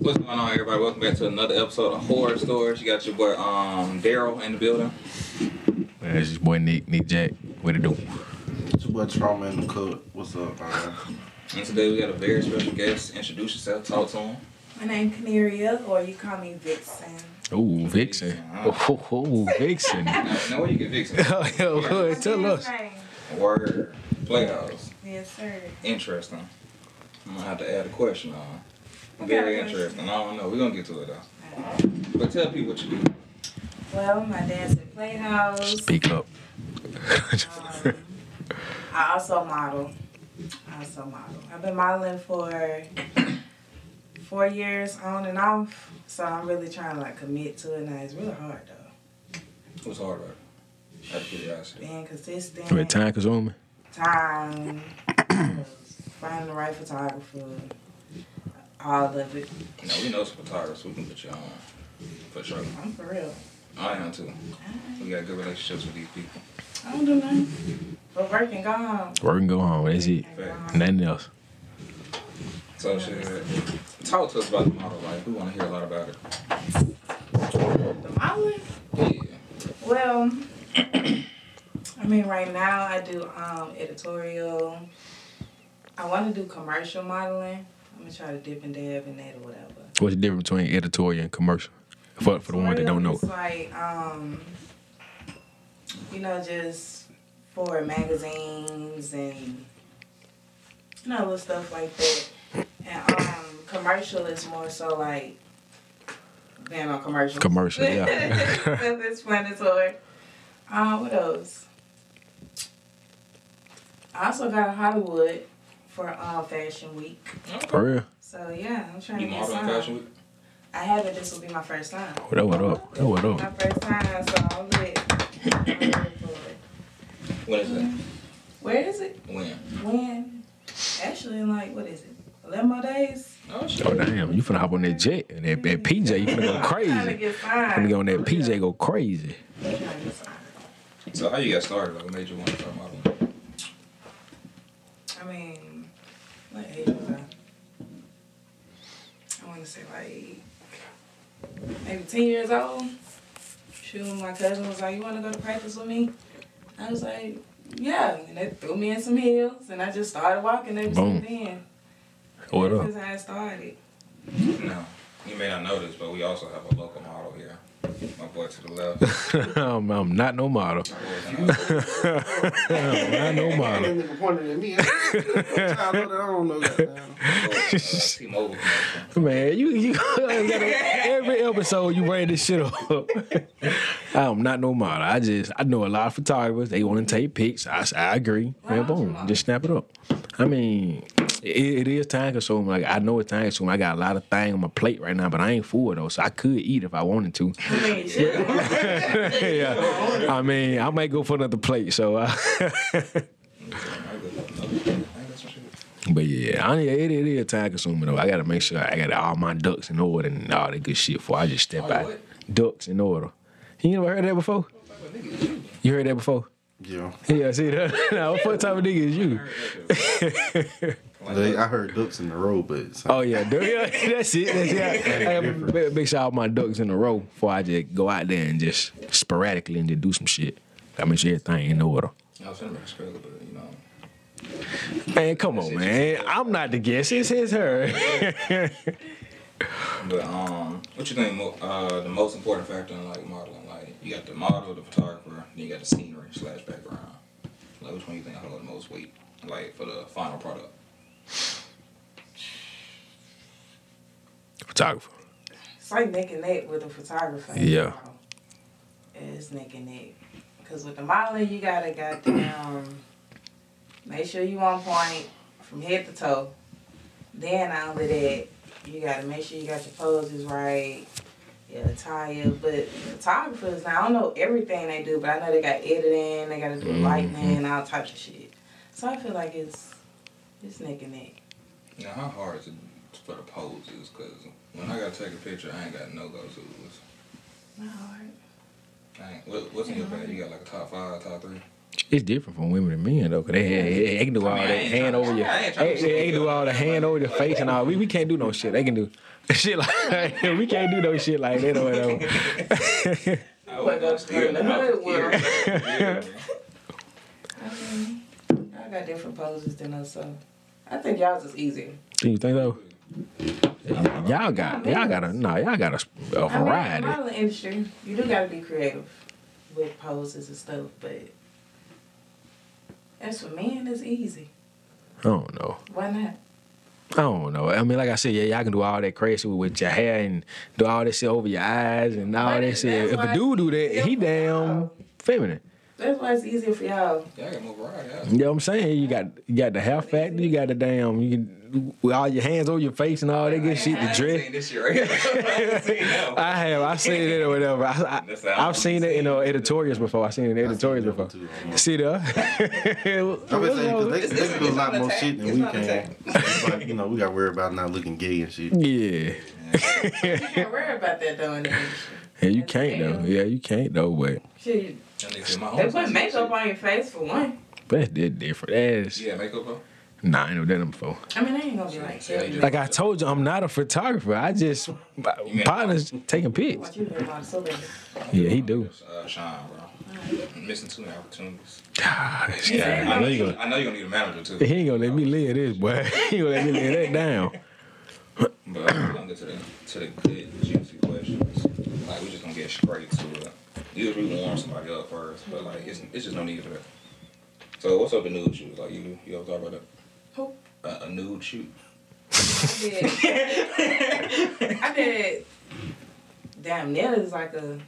What's going on, everybody? Welcome back to another episode of Horror Stories. You got your boy um Daryl in the building. Man, it's your boy Nick, Nick Jack. What it do? It's your boy Trauma in the Cook. What's up, man? And today we got a very special guest. Introduce yourself, talk to him. My name Canaria, or you call me Vixen. Ooh, Vixen. Oh, oh, Vixen. Now, now where you get Vixen? Oh, yo, boy, What's tell his us. name? Word. Playhouse. Yes, sir. Interesting. I'm gonna have to add a question on. What Very kind of interesting. I don't know. We're gonna get to it though. But tell people what you do. Well, my dad's at Playhouse. Speak up. Um, I also model. I also model. I've been modeling for four years on and off, so I'm really trying to like commit to it now. It's really hard though. What's hard about it? Out of curiosity. Being consistent. Wait, time consuming. time, finding the right photographer, all of it. You know, we know some photographers. We can put you on. For sure. I'm for real. I am too. We got good relationships with these people. I don't do nothing but work and go home. Work and go home. That's it. Nothing else. So shit. Talk to us about the model life. We want to hear a lot about it. The modeling? Yeah. Well, I mean, right now I do um, editorial. I want to do commercial modeling. I'm gonna try to dip and dab in that or whatever. What's the difference between editorial and commercial? For, for the one that don't know. It's like, um, you know, just for magazines and you know, little stuff like that. And um, commercial is more so like being on commercials. Commercial, yeah. Self explanatory. Uh, what else? I also got a Hollywood for uh, Fashion Week. For real? So yeah, I'm trying You to get model in some. fashion week? I haven't. This will be my first time. What up, what up? What up, what My up? first time, so I'm lit. I'm lit for it. When is it? Where is it? When? When? Actually, in like, what is it? 11 more days? Oh shit. Oh, damn. You finna hop on that jet and that, that PJ. You finna go I'm trying to crazy. get signed. Finna go on that PJ, go crazy. I'm trying to get signed. So how you got started? Like, what made you want to start modeling? I mean, what age was I? I want to say like maybe 10 years old. Shoot, my cousin was like, You want to go to practice with me? I was like, Yeah. And they threw me in some heels, and I just started walking ever Boom. since then. What up? Since I started. No. You may not know this, but we also have a local model here. My boy to the left. I'm, I'm not no model. My boy to the I'm not no That model. nigga pointed at me. I know that I don't know that. left. T-Mobile connection. Man, you you gotta, every episode you bring this shit up. I'm not no model. I just I know a lot of photographers. They want to take pics. I, s- I agree. Why and aren't you boom, model? just snap it up. I mean, it, it is time consuming. Like I know it's time consuming. I got a lot of thing on my plate right now, but I ain't full though, so I could eat if I wanted to. I mean, shit. yeah. I mean, I might go for another plate. So, uh, I ain't got no- I ain't got some shit. but yeah, I, it, it is time consuming though. I gotta make sure I got all my ducks in order and all that good shit before I just step All out. what? Ducks in order. You never heard that before? Like, what nigga is you? You heard that before? Yeah. Yeah, see that? no, what type of nigga is you? I heard that shit. Like, They, I heard ducks in the road, but it's Oh yeah, dude, yeah, that's it. That's it. I, I gotta make sure all my ducks in a row before I just go out there and just sporadically and just do some shit. I make sure everything in order. I was finna make a struggle, but you know. Man, come on, man. I'm not the guest. It's his, her. But um, what you think mo- uh, the most important factor in like modeling? Like you got the model, the photographer, then you got the scenery slash background. Like which one you think hold the most weight? Like for the final product. Photographer. It's like neck and neck with a photographer. Yeah. It's neck and neck. Because with the modeling, you gotta goddamn make sure you on point from head to toe. Then not only that, you gotta make sure you got your poses right, your attire. But photographers, now I don't know everything they do, but I know they got editing, they gotta do lightning, and all types of shit. So I feel like it's it's neck and neck. Now how hard is it for the poses? Cause when I gotta take a picture, I ain't got no go tos. Not hard. I ain't- What, what's in your bag? You got like a top five, top three? It's different from women and men though, cause they, they, they can do all I that ain't hand tryna- over your, I they, ain't tryna they- they can do all the hand over your face and all. We, we can't do no shit. They can do shit like we can't do no shit like that or whatever. I But that's scared. the I was hood world. scared. Yeah, man. I got different poses than us, so I think y'all's is easier. you think so? Y'all got y'all got a nah, y'all got a, a I mean, in the variety. modeling industry, you do gotta be creative with poses and stuff, but as for men, it's easy. I don't know. Why not? I don't know. I mean, like I said, yeah, y'all can do all that crazy with, with your hair and do all that shit over your eyes and all Right, that shit. that's If a why- dude do that, he damn feminine. That's why it's easier for y'all. Y'all got more variety. out You know what I'm saying? You got you got the hair factor, you got the damn you can with all your hands over your face and all that good shit, I the ain't dress. seen this shit right here. I ain't seen that one. I have. I've seen it or whatever. I, That's I, how I've seen it in uh, editorials before. I've seen it in editorials before. See there? I'm just saying, because they, they It's- can do a it's lot not more attack. shit than It's we not can. attack. It's like, you know, we got to worry about not looking gay and shit. yeah. You can't worry about that though in the industry. Yeah, you can't though. Yeah, you can't though. But Shit, you- That nigga said Oh, my they own put pussy. makeup on your face for one. that's di- different. That's Yeah, makeup on. nah. I ain't never done them before. I mean, they ain't gonna be like, Yeah, they do. Like I told you, I'm not a photographer. I just my Yeah. partners taking pics. what you doing on so bad. Yeah, he do. Uh, Sean, bro. I'm missing too many opportunities. Ah, this guy. Yeah, I know you. gonna- I know you're gonna need a manager He too. ain't gonna let me live this, boy. He ain't gonna let me live that down. But I'm gonna get to the to the good juicy questions. Like we just gonna get straight to it. Usually we warm somebody up first, but like it's it's just no need for that. So what's up with nude shoots? Like you you ever thought about Who? a, a, a nude shoot? I did. I did. Damn, Nell is like a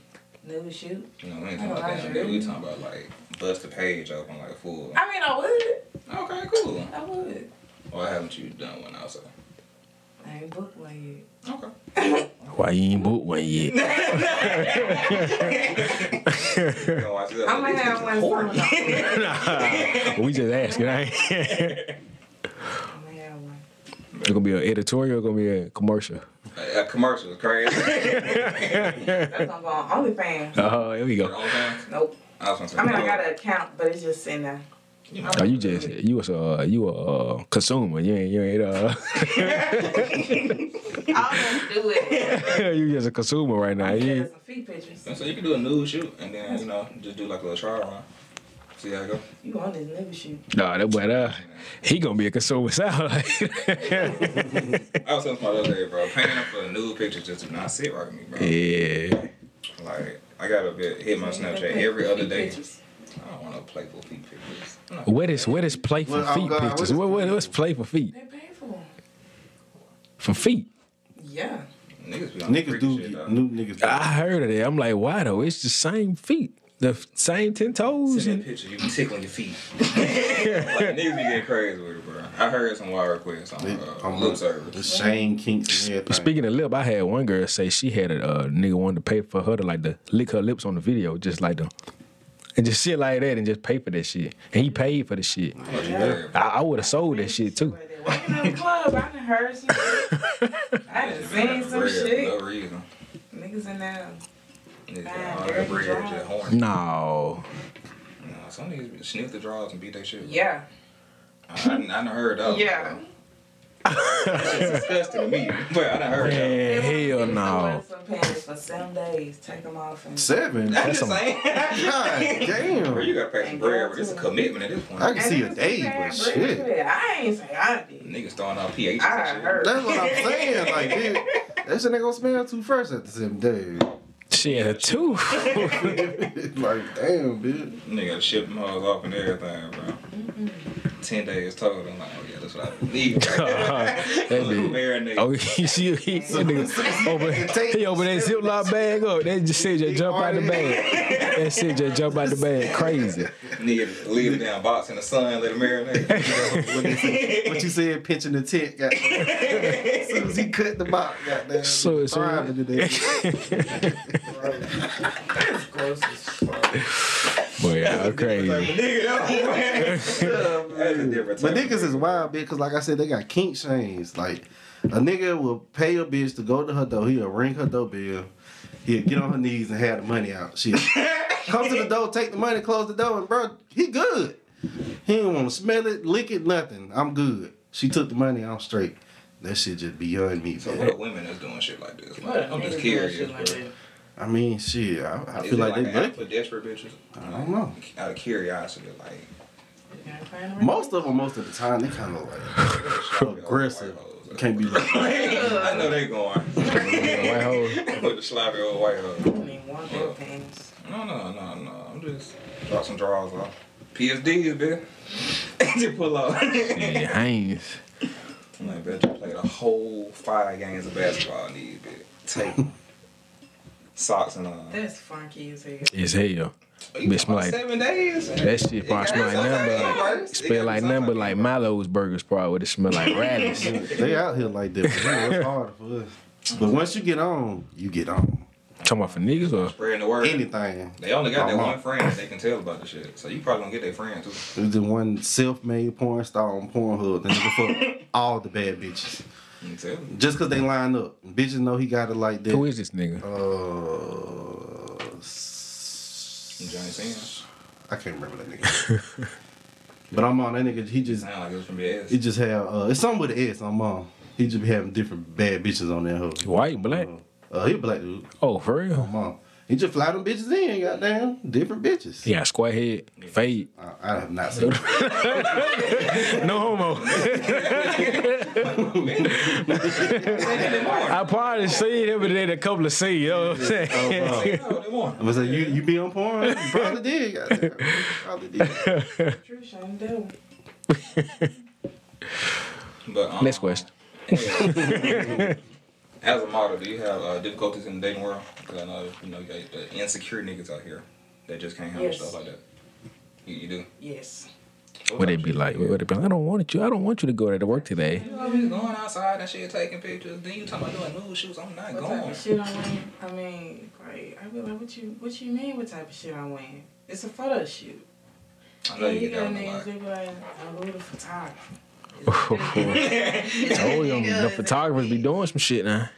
new shoot. You know, we ain't talking about that. We talking about like bust the page open like full. I mean, I would. Okay, cool. I would. Why haven't you done one outside? I ain't booked one yet. Okay. Why you ain't booked one yet? I might have one summer. I Nah, we just asking. I ain't. might have one. it's gonna be an editorial. It's gonna be a commercial. A, a commercial is crazy. That's gonna go on OnlyFans. Oh, here we Your go. own fans? Nope. I was gonna say. I mean, I got an account, but it's just sitting there. You know, Oh, you just you was a you a uh, consumer. You ain't you ain't uh I'll just do it. you just a consumer right now. You There's ain't- some feet pictures. so you can do a nude shoot and then you know just do like a little trial run. See how it go. You on this new shoot. nah, that boy, uh, he gonna be a consumer. Sound I was telling somebody the other day, bro, paying up for a nude picture just do not sit right with me, bro. yeah. Like I gotta be, hit my Snapchat every other day. I don't want no playful feet pictures. No. What is what is playful Well, I'm feet glad- what pictures? is- What, what what's playful feet They pay for them. for feet? Yeah. Niggas be on Niggas do, shit, get- though. new niggas do. I heard of that. I'm like, why though? It's the same feet, the f- same ten toes. Send And, that picture, you be tickling your feet. like, niggas be getting crazy with it, bro. I heard some wild requests on, They- uh, I'm on lip The service. same kinks and everything. Speaking of lip, I had one girl say she had a uh, nigga wanted to pay for her to like to lick her lips on the video, just like the and just shit like that, and just pay for that shit. And he paid for the shit. Like, Yeah. yeah, I, I would have sold that shit too. Working in the club, I done heard some shit. I done seen some No shit. reason. Niggas in there. Niggas Nah, got all that dirty bread, drawers. just horny. No, Nah, some niggas be sniff the drawers and beat their shit. bro. Yeah. I, I, done- I done heard that. Yeah. It's disgusting to me. But I done heard that. man, hell They wanna no. get some panties for seven days. Take them off and. Seven? God I'm just some- saying. damn. Bro, you gotta pay some bread, but it's a commitment at this point. I can see And a niggas day, be saying, but "Bruh, shit. look at that." I ain't say I did. Niggas throwing out PHs I and shit. heard. That's what I'm saying. Like, dude, that shit ain't gonna smell too fresh after seven days. Shit, a tooth. like, damn, bitch. Nigga gotta ship them hoes off and everything, bro. Ten days total. I'm like, oh yeah, that's what I believe. Oh, that bitch. Marinate. Oh, he, she, he, that nigga open, he open that Ziploc bag up. That just said just jump out the bag. That shit just jump out the bag. Crazy. Nigga, leave the damn box in the sun, let it marinate. What, they say- what you said, pitching the tent, goddamn. As soon as he cut the box, goddamn. So- So, so- thriving today. Boy, y'all crazy. Nigga, that's That's a different But type of niggas is wild, bitch, because like I said, they got kink chains. Like, a nigga will pay a bitch to go to her door. He'll ring her doorbell. He'll get on her knees and have the money out. Shit. Come to the door, take the money, close the door, and bro, he good. He didn't want to smell it, lick it, nothing. I'm good. She took the money, I'm straight. That shit just beyond me, So man. what are women that's doing shit like this? Like, I'm just curious. Shit bro. like that. I mean, shit, I, I Is feel it like, an they act for lucky. desperate bitches? I don't know. Out of curiosity, like You gotta find the right Most of them, most of the time, they kind of like aggressive. Can't be like, I know they going. White hoes. With the sloppy old white hoe. one. Ain't one bit of things. No, no, no, no. I'm just draw some draws off. PSDs, bitch. just pull off. I'm Yeah, Haynes. like, bitch, you played a whole five games of basketball in these, bitch. Take socks and uh, all. That's funky as hell. It's hell. Oh, You bitch talking about like- seven days. That shit probably smell like nothing but- It Smell like nothing but like Milo's burgers probably would have smelled like radish. they out here like that. But, you know, it's hard for us. But once you get on, you get on. Talking about for niggas or Spreading the word. Anything. They only got that Oh, I'm one on. friend that they can tell about the shit. So you probably gonna get that friend too. There's the one self-made porn star on Pornhub. The nigga fuck all the bad bitches. You tell them. Just cause they line up. Bitches know he got it like that. who is this nigga? Uh, s- Johnny Sins. I can't remember that nigga. but I'm on that nigga. He just Sound like it was from your ass. he just have uh, it's something with the S. I'm on. He just be having different bad bitches on that hoe. White, black? Uh, he a black dude. Oh, for real? I'm on. He just fly them bitches in. Goddamn, different bitches. He got square head, fade. I, I have not seen. it. No homo. I probably seen him and then a couple of scenes. You know what I'm saying? Oh, No, they won't. I was like, you you be on porn? You probably did. Goddamn, You probably did. uh, Trish, I'm doing. But, um, Next question. yeah. As a model, do you have uh, difficulties in the dating world? Because I know you know you got the insecure niggas out here that just can't handle Yes. stuff like that. You, you do. Yes. What it be like? What would it be like? I don't want you. I don't want you to go there to work today. You always going outside and shit, taking pictures. Then you talking about doing nude shoots. I'm not What type going. of shit I'm wearing? I mean, like, I be like, what you, what you mean? What type of shit I'm wearing? It's a photo shoot. I know And you you get that got one a niggas lot. that be like, I love the photographer. Oh, Told him the photographers be doing some shit now.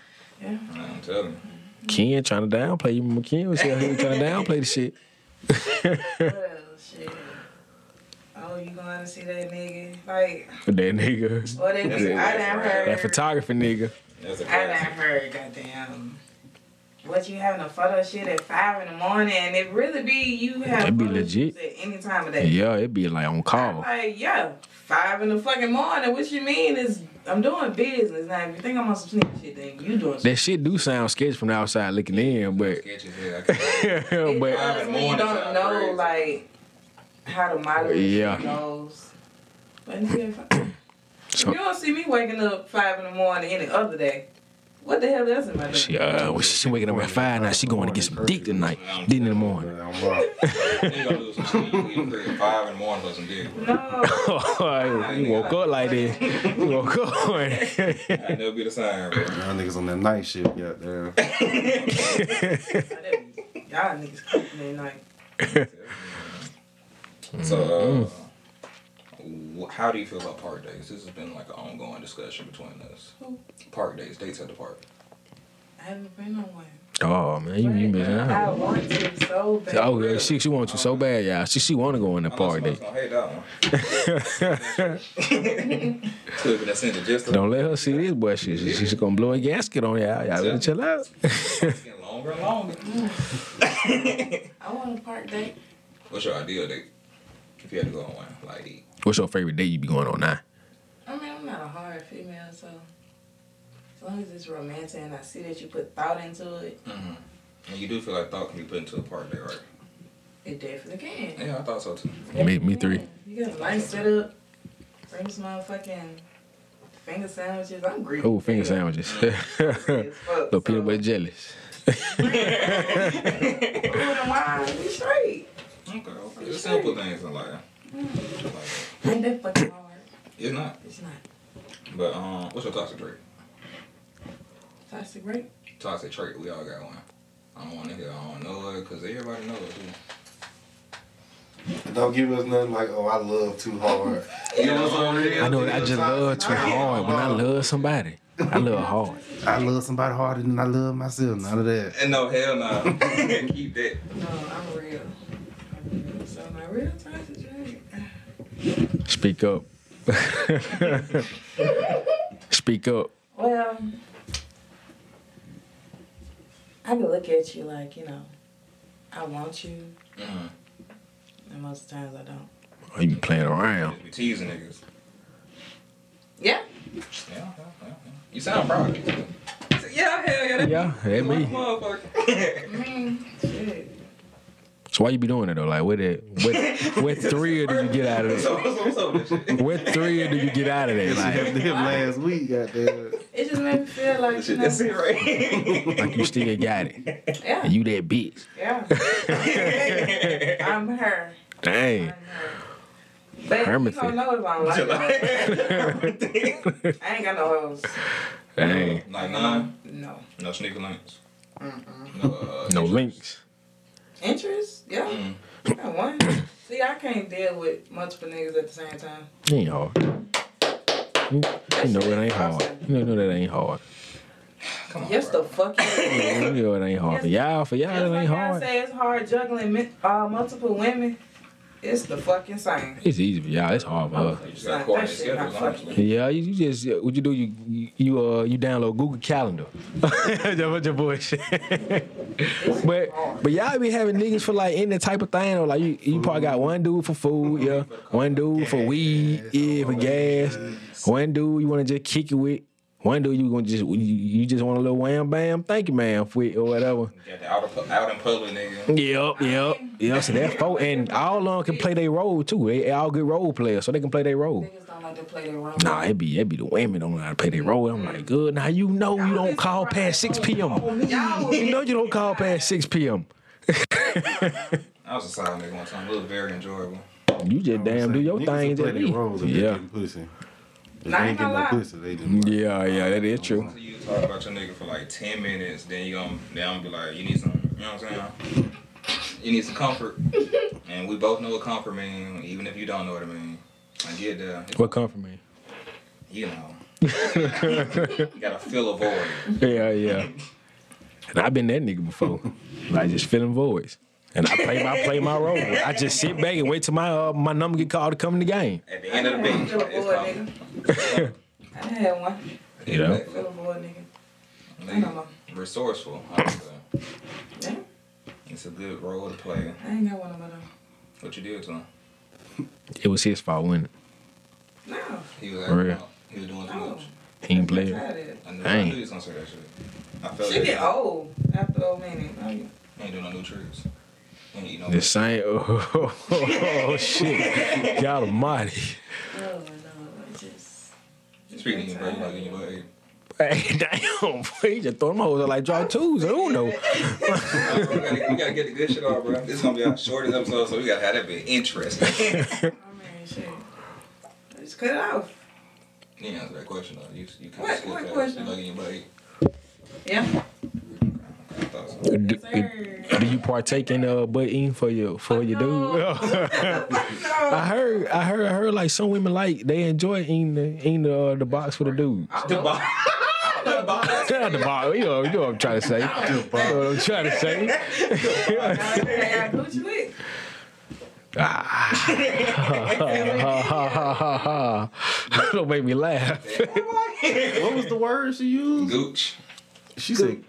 Yeah. I'm telling you. Ken trying to downplay. Even when Ken was here, he was trying to downplay the shit. What else? Shit. Oh, you going to see that nigga? Like, That nigga, or that nigga? I done heard. that photographer nigga. That's a I done classic. heard, goddamn. What you having a photo shoot at five in the morning? And it really be you have. That be photo legit. shoots At any time of day. Yeah, it'd be like on I'm call. like, yeah, five in the fucking morning. What you mean is I'm doing business. Now, if you think I'm on some sneak shit, then you doing some That shit do sound sketchy from the outside looking in, but Sketchy as hell. I can't- It but does Five in the mean you morning don't sound know, crazy. like, how to moderate Yeah. yeah. goes. But yeah, if, I, if So- you don't see me waking up five in the morning any other day, what the hell else am I doing? she uh, well, she, she waking up at five now. She going to get some dick tonight. Dick in the morning. I'm wrong. They gonna do some shit. You get up at five in the morning for some dick. No. you woke up like that. You woke up. I never be the same, bro. Y'all niggas on that night shit. Goddamn. Y'all niggas cooking at night. So, uh, wh- how do you feel about park days? This has been like an ongoing discussion between us. Who? Park days, dates at the park. I haven't been on one. oh man, you, you missing I out. want to so bad. Oh yeah, she she wants you so bad, y'all. She she want to go in the I know party. somebody's gonna hate that one. Could have been that sent to just Don't let her see this boy. She, she, she's gonna blow a gasket on y'all. Y'all better chill out. It's getting longer and longer. I want a park date. What's your ideal date? If you had to go on one, like, What's your favorite date you be going on now? I mean, I'm not a hard female, so as long as it's romantic and I see that you put thought into it, and you do feel like thought can be put into a park day, right? it definitely can. Yeah, I thought so too. Me- me three. You got a nice setup. Bring some motherfucking finger sandwiches. I'm greedy. Oh, finger sandwiches. Little Little peanut butter jellies. Food and wine, we straight. Okay, okay. It's simple things in life. Like, Ain't that fucking hard? it's not. It's not. But um, what's your toxic trait? Toxic rape. toxic trait. We all got one. I don't want to hear. I don't know it because everybody knows it. Too. Don't give us nothing like, oh, I love too hard. You know what's on I know. I just love too hard when I love somebody. I love hard. I love somebody harder than I love myself. None of that. And no, hell no. Keep that. No, I'm real. I'm real. So my real time to drink. Speak up. Speak up. Well, I can look at you like, you know, I want you, Mm. and most times I don't. Oh, you be playing around. Just be teasing niggas. Yeah. Yeah, yeah, yeah, yeah. You sound proud. of yourself. Yeah, hell yeah. that- Yeah, that me. Motherfucker. Shit. So why you be doing it though? Like what it what what thrill do you get out of it? So what's, what's up with that shit? What thrill do you get out of that? This Like, happened to him last week. Goddamn. It just made me feel like, you know, That's it, right? like you still got it. yeah, And you that bitch. yeah. I'm her. I'm Dang. her. But you Hermit don't fit. know if I'm like her. I ain't got no hoes. Dang. like mm-hmm. nine, No. no sneaker links. No, uh, No links. Interest? Yeah. Mm. I got one. See, I can't deal with multiple niggas at the same time. It ain't hard. You, you know it ain't hard. You know that ain't hard. Come on, Yes, bro. the fuck you. is. You know it ain't hard. For y'all, for y'all, Just it like ain't I hard. say, it's hard juggling mi- uh, multiple women. It's the fucking same. It's easy for y'all. It's hard for us. You just gotta coordinate That shit not schedules, honestly. Yeah, you, you just what you do? You you- you uh you download Google Calendar. That's what your bullshit. but but y'all be having niggas for like any type of thing or like you, you probably got one dude for food, yeah, one dude for weed, yeah, for gas, one dude you want to just kick it with, one dude you gonna just you, you just want a little wham bam, thank you ma'am, with or whatever. Got the out, of, out in public, nigga. Yep, yep, yep. So that's four, and all of them can play their role too. They they all good role players, so they can play their role. Niggas don't like to play their role. Nah, it be it be the women don't know how to play their role. I'm like, good. Now you know you don't call past six p.m. Y'all You know would you don't call past six p.m. I was a side nigga one time. It was very enjoyable. You just damn do your Niggas thing. who play Just their roles if be. they Yeah, getting pussy. If they Nah, I ain't ain't getting gonna no lie. pussy, they just yeah, yeah. That is true. So you talk about your nigga for like 10 minutes, then you gonna, then I'm gonna be like, you need some, you know what I'm saying? You need some comfort. and we both know what comfort mean, even if you don't know what it mean. Like, get there, What come from me? you know. you gotta fill a void. Yeah, yeah. And I've been that nigga before. Like just filling voids. And I play my play my role. I just sit back and wait till my uh, my number get called to come in the game. At the end of the be. day, Fill a it's board, nigga. coming. I had one. You know? Fill a board, nigga. I know, Nigga, mom. Resourceful. honestly. Yeah, It's a good role to play. I ain't got one of them. What you did to him? It was his fault, wasn't No, He was For acting real. out. He was doing too no. much. it? He ain't I'm played. tired of it. I knew, I Dang. knew he was gonna say that shit. I felt She that. get old after a minute. Like, Ain't doing no new tricks. Ain't you know. The same. Oh, shit! God Almighty. oh no, it just. Speaking of your brother, like in your butt. Hey, damn, he just throw them hoes out like draw twos. I don't know. Nah, bro, we, gotta, we gotta get the good shit off, bro. This is gonna be our shortest episode, so we gotta have that bit interesting. I mean, shit. Just cut it off. you didn't answer that question though. You, you kind What- of skipped what that. question? You like in your butt. Yeah. I thought so. Do, Yes, sir. do you partake in uh butt eating for your for your dude? I No. heard, I heard, I heard. Like some women like they enjoy eating the eating the, uh, the box for the dude. The box. The box. Not the box. You know, you know what I'm trying to say. You know what I'm trying to say. Yeah, Gucci Wick. Ah. Don't make me laugh. What was the word she used? Gooch. She said,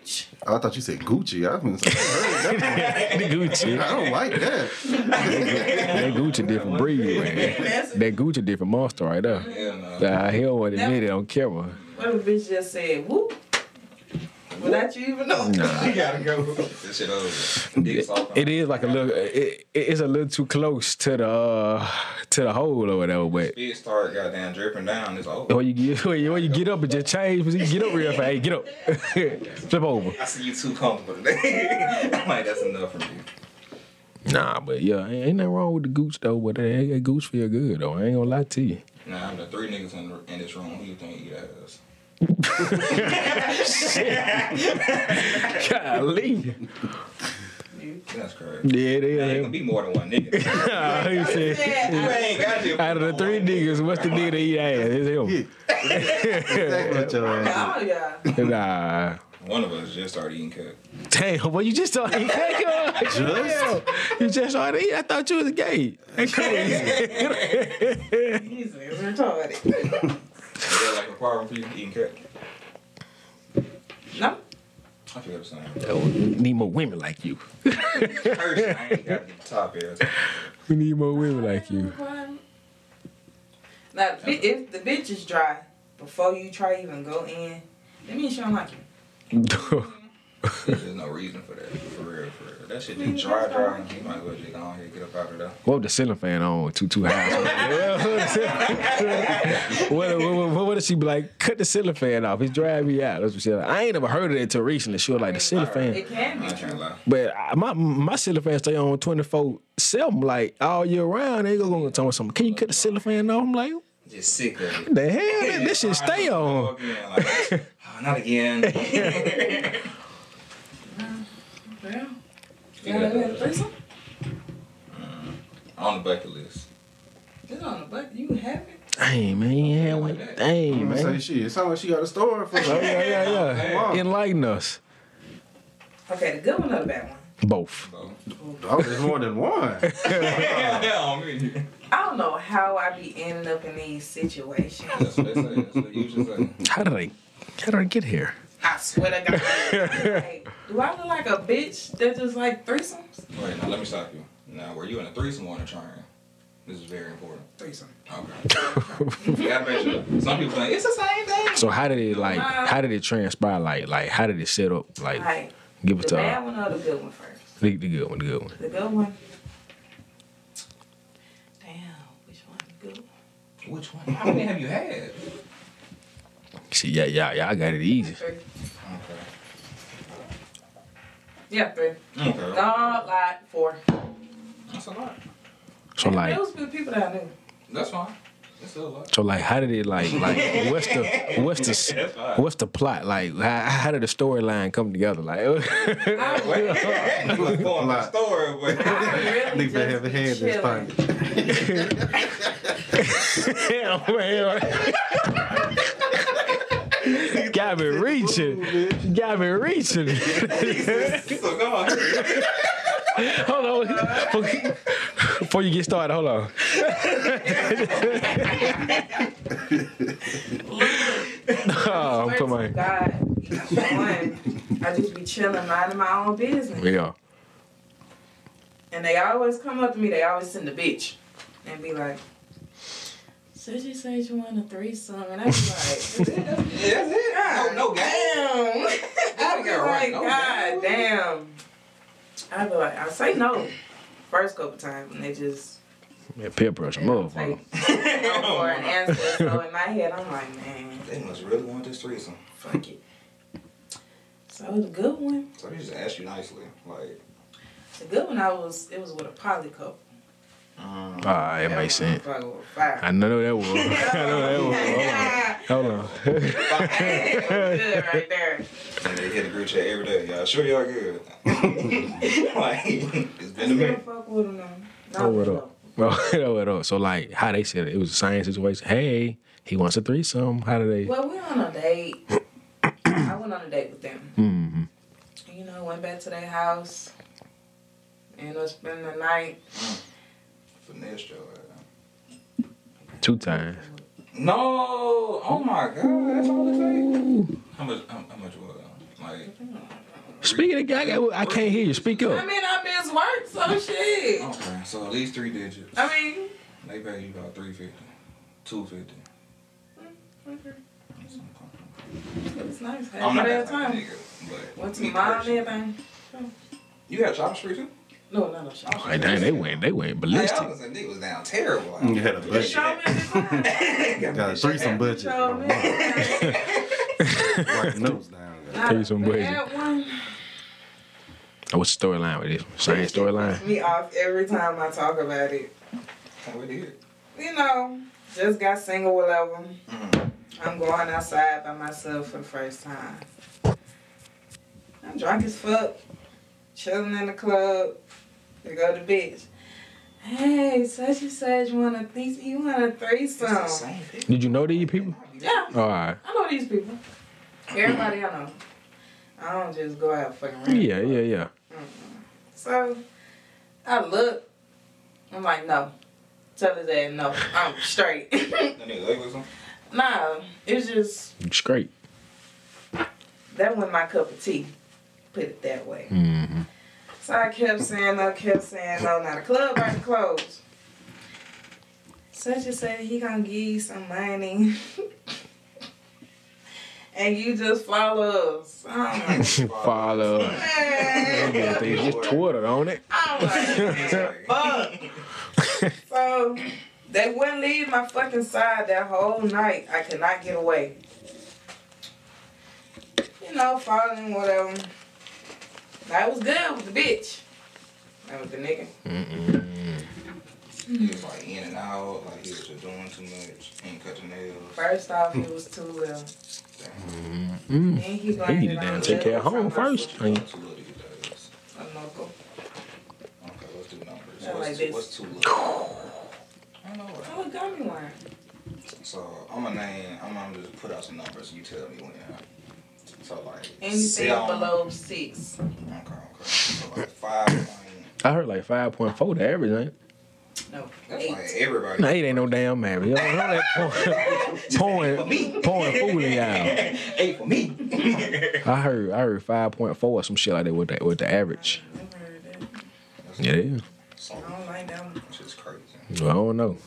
I thought you said Gucci. I was like, I heard that. the Gucci, I don't like that. that Gucci different breed, man. That Gucci different monster right there. Yeah, no. Nah, he don't want to admit it on camera. What a bitch just said, whoop. Without you even know. You gotta go. This shit over. Dick's off. It is like a little. It, it- it's a little too close to the uh, to the hole or whatever. But It start goddamn dripping down. It's over. when you get when you, when you get up and just change, but you get up real fast. Hey, get up, flip over. I see you too comfortable today. I'm like, that's enough for me. Nah, but yeah, ain't, ain't nothing wrong with the gooch though. But that, that gooch feel good though. I ain't gonna lie to you. Nah, I'm the three niggas in, the, in this room. Who you think eat ass? Golly, you. That's crazy. Yeah, they It him. can be more than one nigga. he said, You ain't got your- out of the three niggas, what's the nigga that eat ass? It's Yeah. him. Exactly what your ass Oh yeah. Nah. One of us just started eating cat. Damn, well, you just started eating cake, huh? Damn, You just started eating. I thought you was gay. That's crazy. He's he's retarded. Is that like a problem for you eating cat? No. I feel the same. Oh, we need more women like you. Person, I ain't got the top ass. We need more women like you. Now, bi- if the bitch is dry before you try even go in, that means she don't like you. There's just no reason for that. For real, for real. That shit be Mm-hmm. dry, dry. You might as well just go on here and get up out of there. what the ceiling fan on? Too too high. what, what, what, what does she be like? Cut the ceiling fan off. It's driving me out. That's what she like. I ain't never heard of it until recently. She was like the ceiling fan. It can be I true. can't lie. But I, my my ceiling fan stay on twenty four seven like all year round. They go gonna tell me something. Can you cut the ceiling fan off? I'm like, Just sick of it. the hell? That, that shit stay on. Again, like, "Oh, not again. Yeah. You wanna have a Yeah. threesome? On the bucket list. It's on the bucket. You can have it. Dang man, you ain't had one. Dang is. Say man. shit. It sounds like she got a story for Oh, her. yeah, yeah, yeah. Come on. Enlighten us Okay, the good one or the bad one? both. So. Oh, there's more than one. yeah, on me. I don't know how I be ending up in these situations. That's what they say. That's what you should say. How did I? How did I get here? I swear to God. like, do I look like a bitch that just like threesomes? Wait, now let me stop you. Now, were you in a threesome or in a train? This is very important. Threesome. Okay. you gotta make sure. Some people think it's the same thing. So how did it like? How did it transpire? Like like how did it set up? Like Like, give it the to bad her. one or the good one first? The, the good one, the good one. The good one. Damn, which one? The good one. Which one? How many have you had? See, yeah, yeah, yeah. I got it easy. Three. Okay. Yeah, three. Okay. Dog, like four. That's a lot. So like, Those were the people that I knew. That's fine. That's a lot. so like, how did it like like? What's the what's the That's fine. what's the plot? Like how, how did the storyline come together? Like I, Wait, you was born the story, but I really Nigga just have a be hand this chilling. time. damn, man. Got me reaching. Got me reaching. so go on. hold on. Before- Before you get started, hold on. oh, Swear come to on. God, each one, I just be chilling, minding my own business. Yeah. And they always come up to me, they always send a bitch and be like, Such and such want a threesome. And I be like, That's it? That's it. No, no game. Damn. I be Yeah, right. like, No God doubt. damn. I be like, I say no first couple times, and they just Yeah, peer pressure, motherfucker. take no for an answer. So in my head, I'm like, man, They must really want this threesome. fuck it. So it was a good one. So they just asked you nicely, like, The good one I was, it was with a poly couple. um, Ah, it That makes sense. motherfucker was fire. I know that was. I know that was. Hold on. Hold on. It was good right there. and they hit the group chat every day. Y'all sure y'all good? like, it's been a Still minute. fuck with him though. Oh, what up? Oh, you know what up. So like, how they said it, it was a science situation. Hey, he wants a threesome. How do they? Well, we went on a date. I went on a date with them. Mm-hmm. You know, went back to their house. Ended up spending the night. Finesse your ass. Two times. No! Oh my god, that's all it takes. How much? How, how much was it? Like, Speaking of, I, got, I can't hear you. Speak Oh. I up. mean, I miss work, so shit. okay, so at least three digits. I mean, They pay you about three fifty, two fifty. it was nice. Had I'm a not good that type of time. nigga, but Went to me mom and personally- everything. You had chopper street too? No, no, no. She Oh, Like, dang, they went, they went Like, ballistic. I was a nigga was down terrible. Like, You had a budget. showed me a good time. Got a threesome She budget. showed me a Like good time. nose down. Nah, Threesome but budget. that one Oh, What's the storyline with this? Same storyline. pisses Me off every time I talk about it. How we did? you know, just got single, whatever. Mhm. I'm going outside by myself for the first time. I'm drunk as fuck. chilling in the club. They go to the bitch. Hey, such and such want a threes. You want a threesome? the same people. Did you know these people? Yeah, All right. I know these people. Everybody I know. I don't just go out fucking. random. Yeah, yeah, yeah. So I look. I'm like, no. Tell his ass no. I'm straight. That nigga ugly or something? nah, it's just Straight. that wasn't my cup of tea. Put it that way. Mm-hmm. So I kept saying no, kept saying no. Now the club about to close. Such and such, he gonna give you some money. and you just follow us. Oh I'm like, Follow. us. Yeah, man. they just Twitter on it. I'm like, man, fuck. So they wouldn't leave my fucking side that whole night. I could not get away. You know, falling, whatever. I was good with the bitch. That was the nigga. He was like in and out, like he was just doing too much, ain't cutting nails. First off, he was too little. Mm. Then he He blamed need to it on damn take care of little home from first. I ain't- Too little to get those. a- a local. Okay, let's do numbers. Yeah, like What's, this. what's too little? I don't know. Oh, it got me one. So I'm gonna name. I'm gonna just put out some numbers. You tell me when. So like Anything seven- below six. Okay, okay. So like five. point- I heard like 5.4 to average, ain't it? No, That's like eight. everybody. Nah, it ain't no damn average. Y'all know that pouring, pouring, pouring food in y'all. Eight for me. I heard, I heard 5.4 or some shit like that with the, with the average. Never heard that. Yeah, it is. So, I don't like that one. which is crazy. Well, I don't know.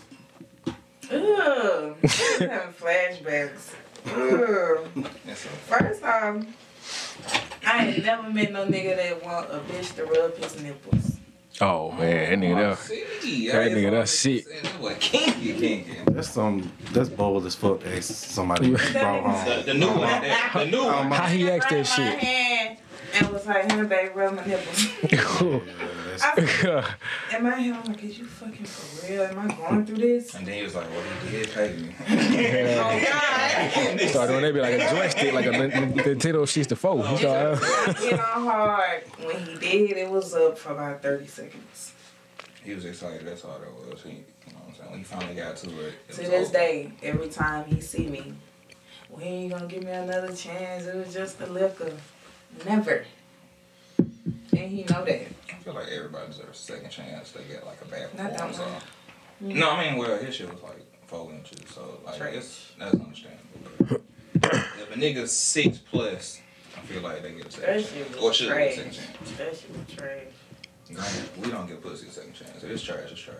Ugh. I'm having flashbacks. Ugh. That's a, First off, I ain't never met no nigga that want a bitch to rub his nipples. Oh man, that nigga Oh, there. see, That is nigga, what that I'm sick. saying. That boy kinky, kinky. That's some. That's bold as fuck. That somebody brought The, home. the new one. that- The new one. How he asked that Grabbed my shit? hand And was like, hey, babe, rub my nipples. I said, in my head, I'm like, is you fucking for real? Am I going through this? And then he was like, "What he did pay me." Oh, God. Started when they be like a joystick, like a Nintendo 64. You uh, start- Get on hard. When he did, it was up for about 30 seconds. he was excited. That's all that was. He, you know what I'm saying? When he finally got to it. it To was this over. day, every time he see me, when you gonna give me another chance? It was just a liquor. Never. And he know that. I feel like everybody deserves a second chance. They get like a bad Not that performance. one. Mm. off. No, I mean, well, his shit was like four inches, so like Trash. it's that's understandable. if a nigga's six plus, I feel like they get a second That shit chance, was or should get a trash. second chance. That shit was trash. Granted, we don't give pussy a second chance. It's trash. It's trash.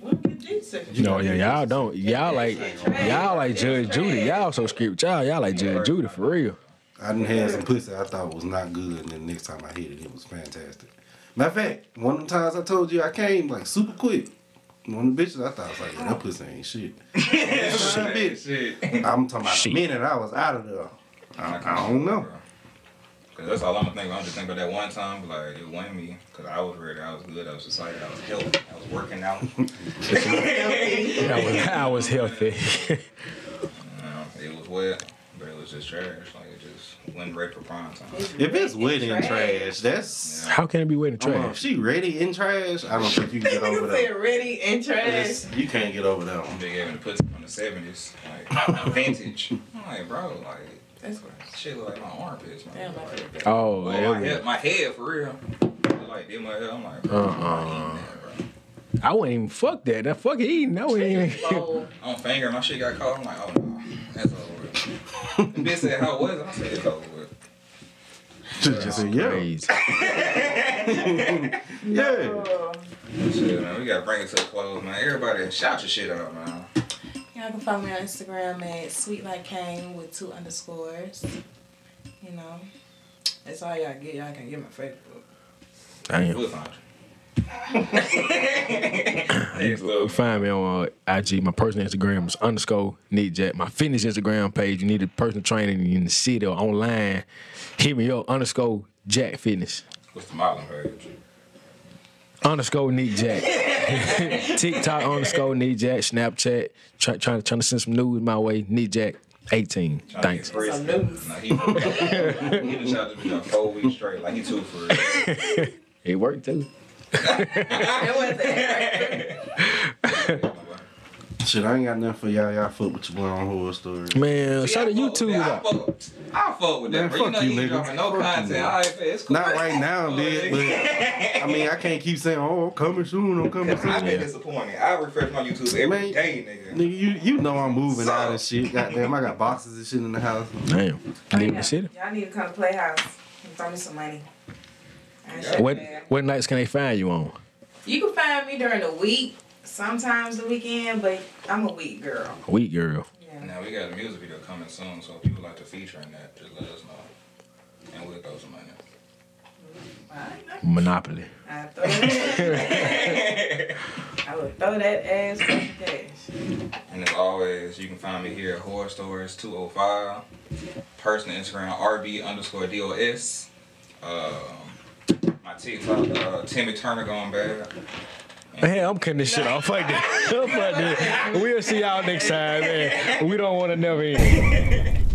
What did you say? No, yeah, y'all don't. Y'all like, y'all like Judge Judy. Y'all so script y'all. Y'all like Judge Judy for real. I done had some pussy I thought was not good, and then the next time I hit it, it was fantastic. Matter of fact, one of the times I told you I came like super quick. One of the bitches I thought I was like, yeah, that pussy ain't shit. Shit. I'm talking about Shit. a minute I was out of there. I, I don't know. Cause that's all I'm thinking. I'm just thinking about that one time, but like it won me. Cause I was ready. I was good. I was excited. I was healthy. I was working out. I was, I was healthy. Um, it was wet, but it was just trash. Like it just wasn't ready for prime time. If it's wet in trash, that's. How can it be waiting I don't know, if trash? she ready in trash, I don't think you can get over Nigga that. said ready and trash. It's- You can't get over that one. They gave me the pussy from the seventies, like vintage. I'm like, bro, like That's gross. shit look like my armpits, man. Damn, I Like, feel bad. Oh, oh, yeah. my head, my head for real. Like did my hair, I'm like, bro, I'm not eating that, bro. I wouldn't even fuck that. That fuck eating. No, it ain't. Bold. On finger, my shit got caught. I'm like, oh no, that's over. with. the bitch said, how was it? I said, it's over. with. She just said, yeah. Crazy. Yeah. Oh, Shit, man, we gotta bring it to a close, man. Everybody, shout your shit out, man. Y'all can follow me on Instagram at sweet like Kane with two underscores. You know, that's all y'all get. Y'all can get my Facebook. Damn. We'll find you. Next You up, Find me on uh, IG. My personal Instagram is underscore Nick Jack. My fitness Instagram page. You need a personal training in the city or online. Hit me up underscore Jack Fitness. what's the modeling page? underscore Nick Jack. TikTok underscore Nick Jack. Snapchat. Try, trying, trying to send some news my way. Nick Jack 18. Tryna get Thanks. frisky. Some news. Nah, he, he done shot this bitch four weeks straight. Like, he too for real. It worked too. It wasn't her. Shit, I ain't got nothing for y'all. Y'all fuck with your boy on horror story. Man, See, I shut the fuck with YouTube that. I up. fuck with- I fuck with Man, that, bro. You fuck know you, you ain't nigga. dropping no Fuck you, content. nigga. All right, man, it's cool. Not right now, dude. But I mean, I can't keep saying, "Oh, I'm coming soon. I'm coming Cause I've soon." been disappointed. I refresh my YouTube every Man, day, nigga. Nigga, you you know I'm moving So- out and shit. Goddamn, I got boxes and shit in the house. Damn. Live in the city. Y'all need to come to Playhouse and throw me some money. I ain't shit What bad. what nights can they find you on? You can find me during the week, sometimes the weekend, but I'm a week girl. Week girl. Yeah. Now we got a music video coming soon, so if you would like to feature in that, just let us know, and we'll throw some money. I- Monopoly. I throw that- I would throw that ass for the cash. And as always, you can find me here at Horror Stories 205. Personal Instagram RB underscore DOS. Um, my TikTok uh, Timmy Turner going bad. Hey, I'm cutting this shit off. Fuck this. Fuck this. We'll see y'all next time, man. We don't want to never end.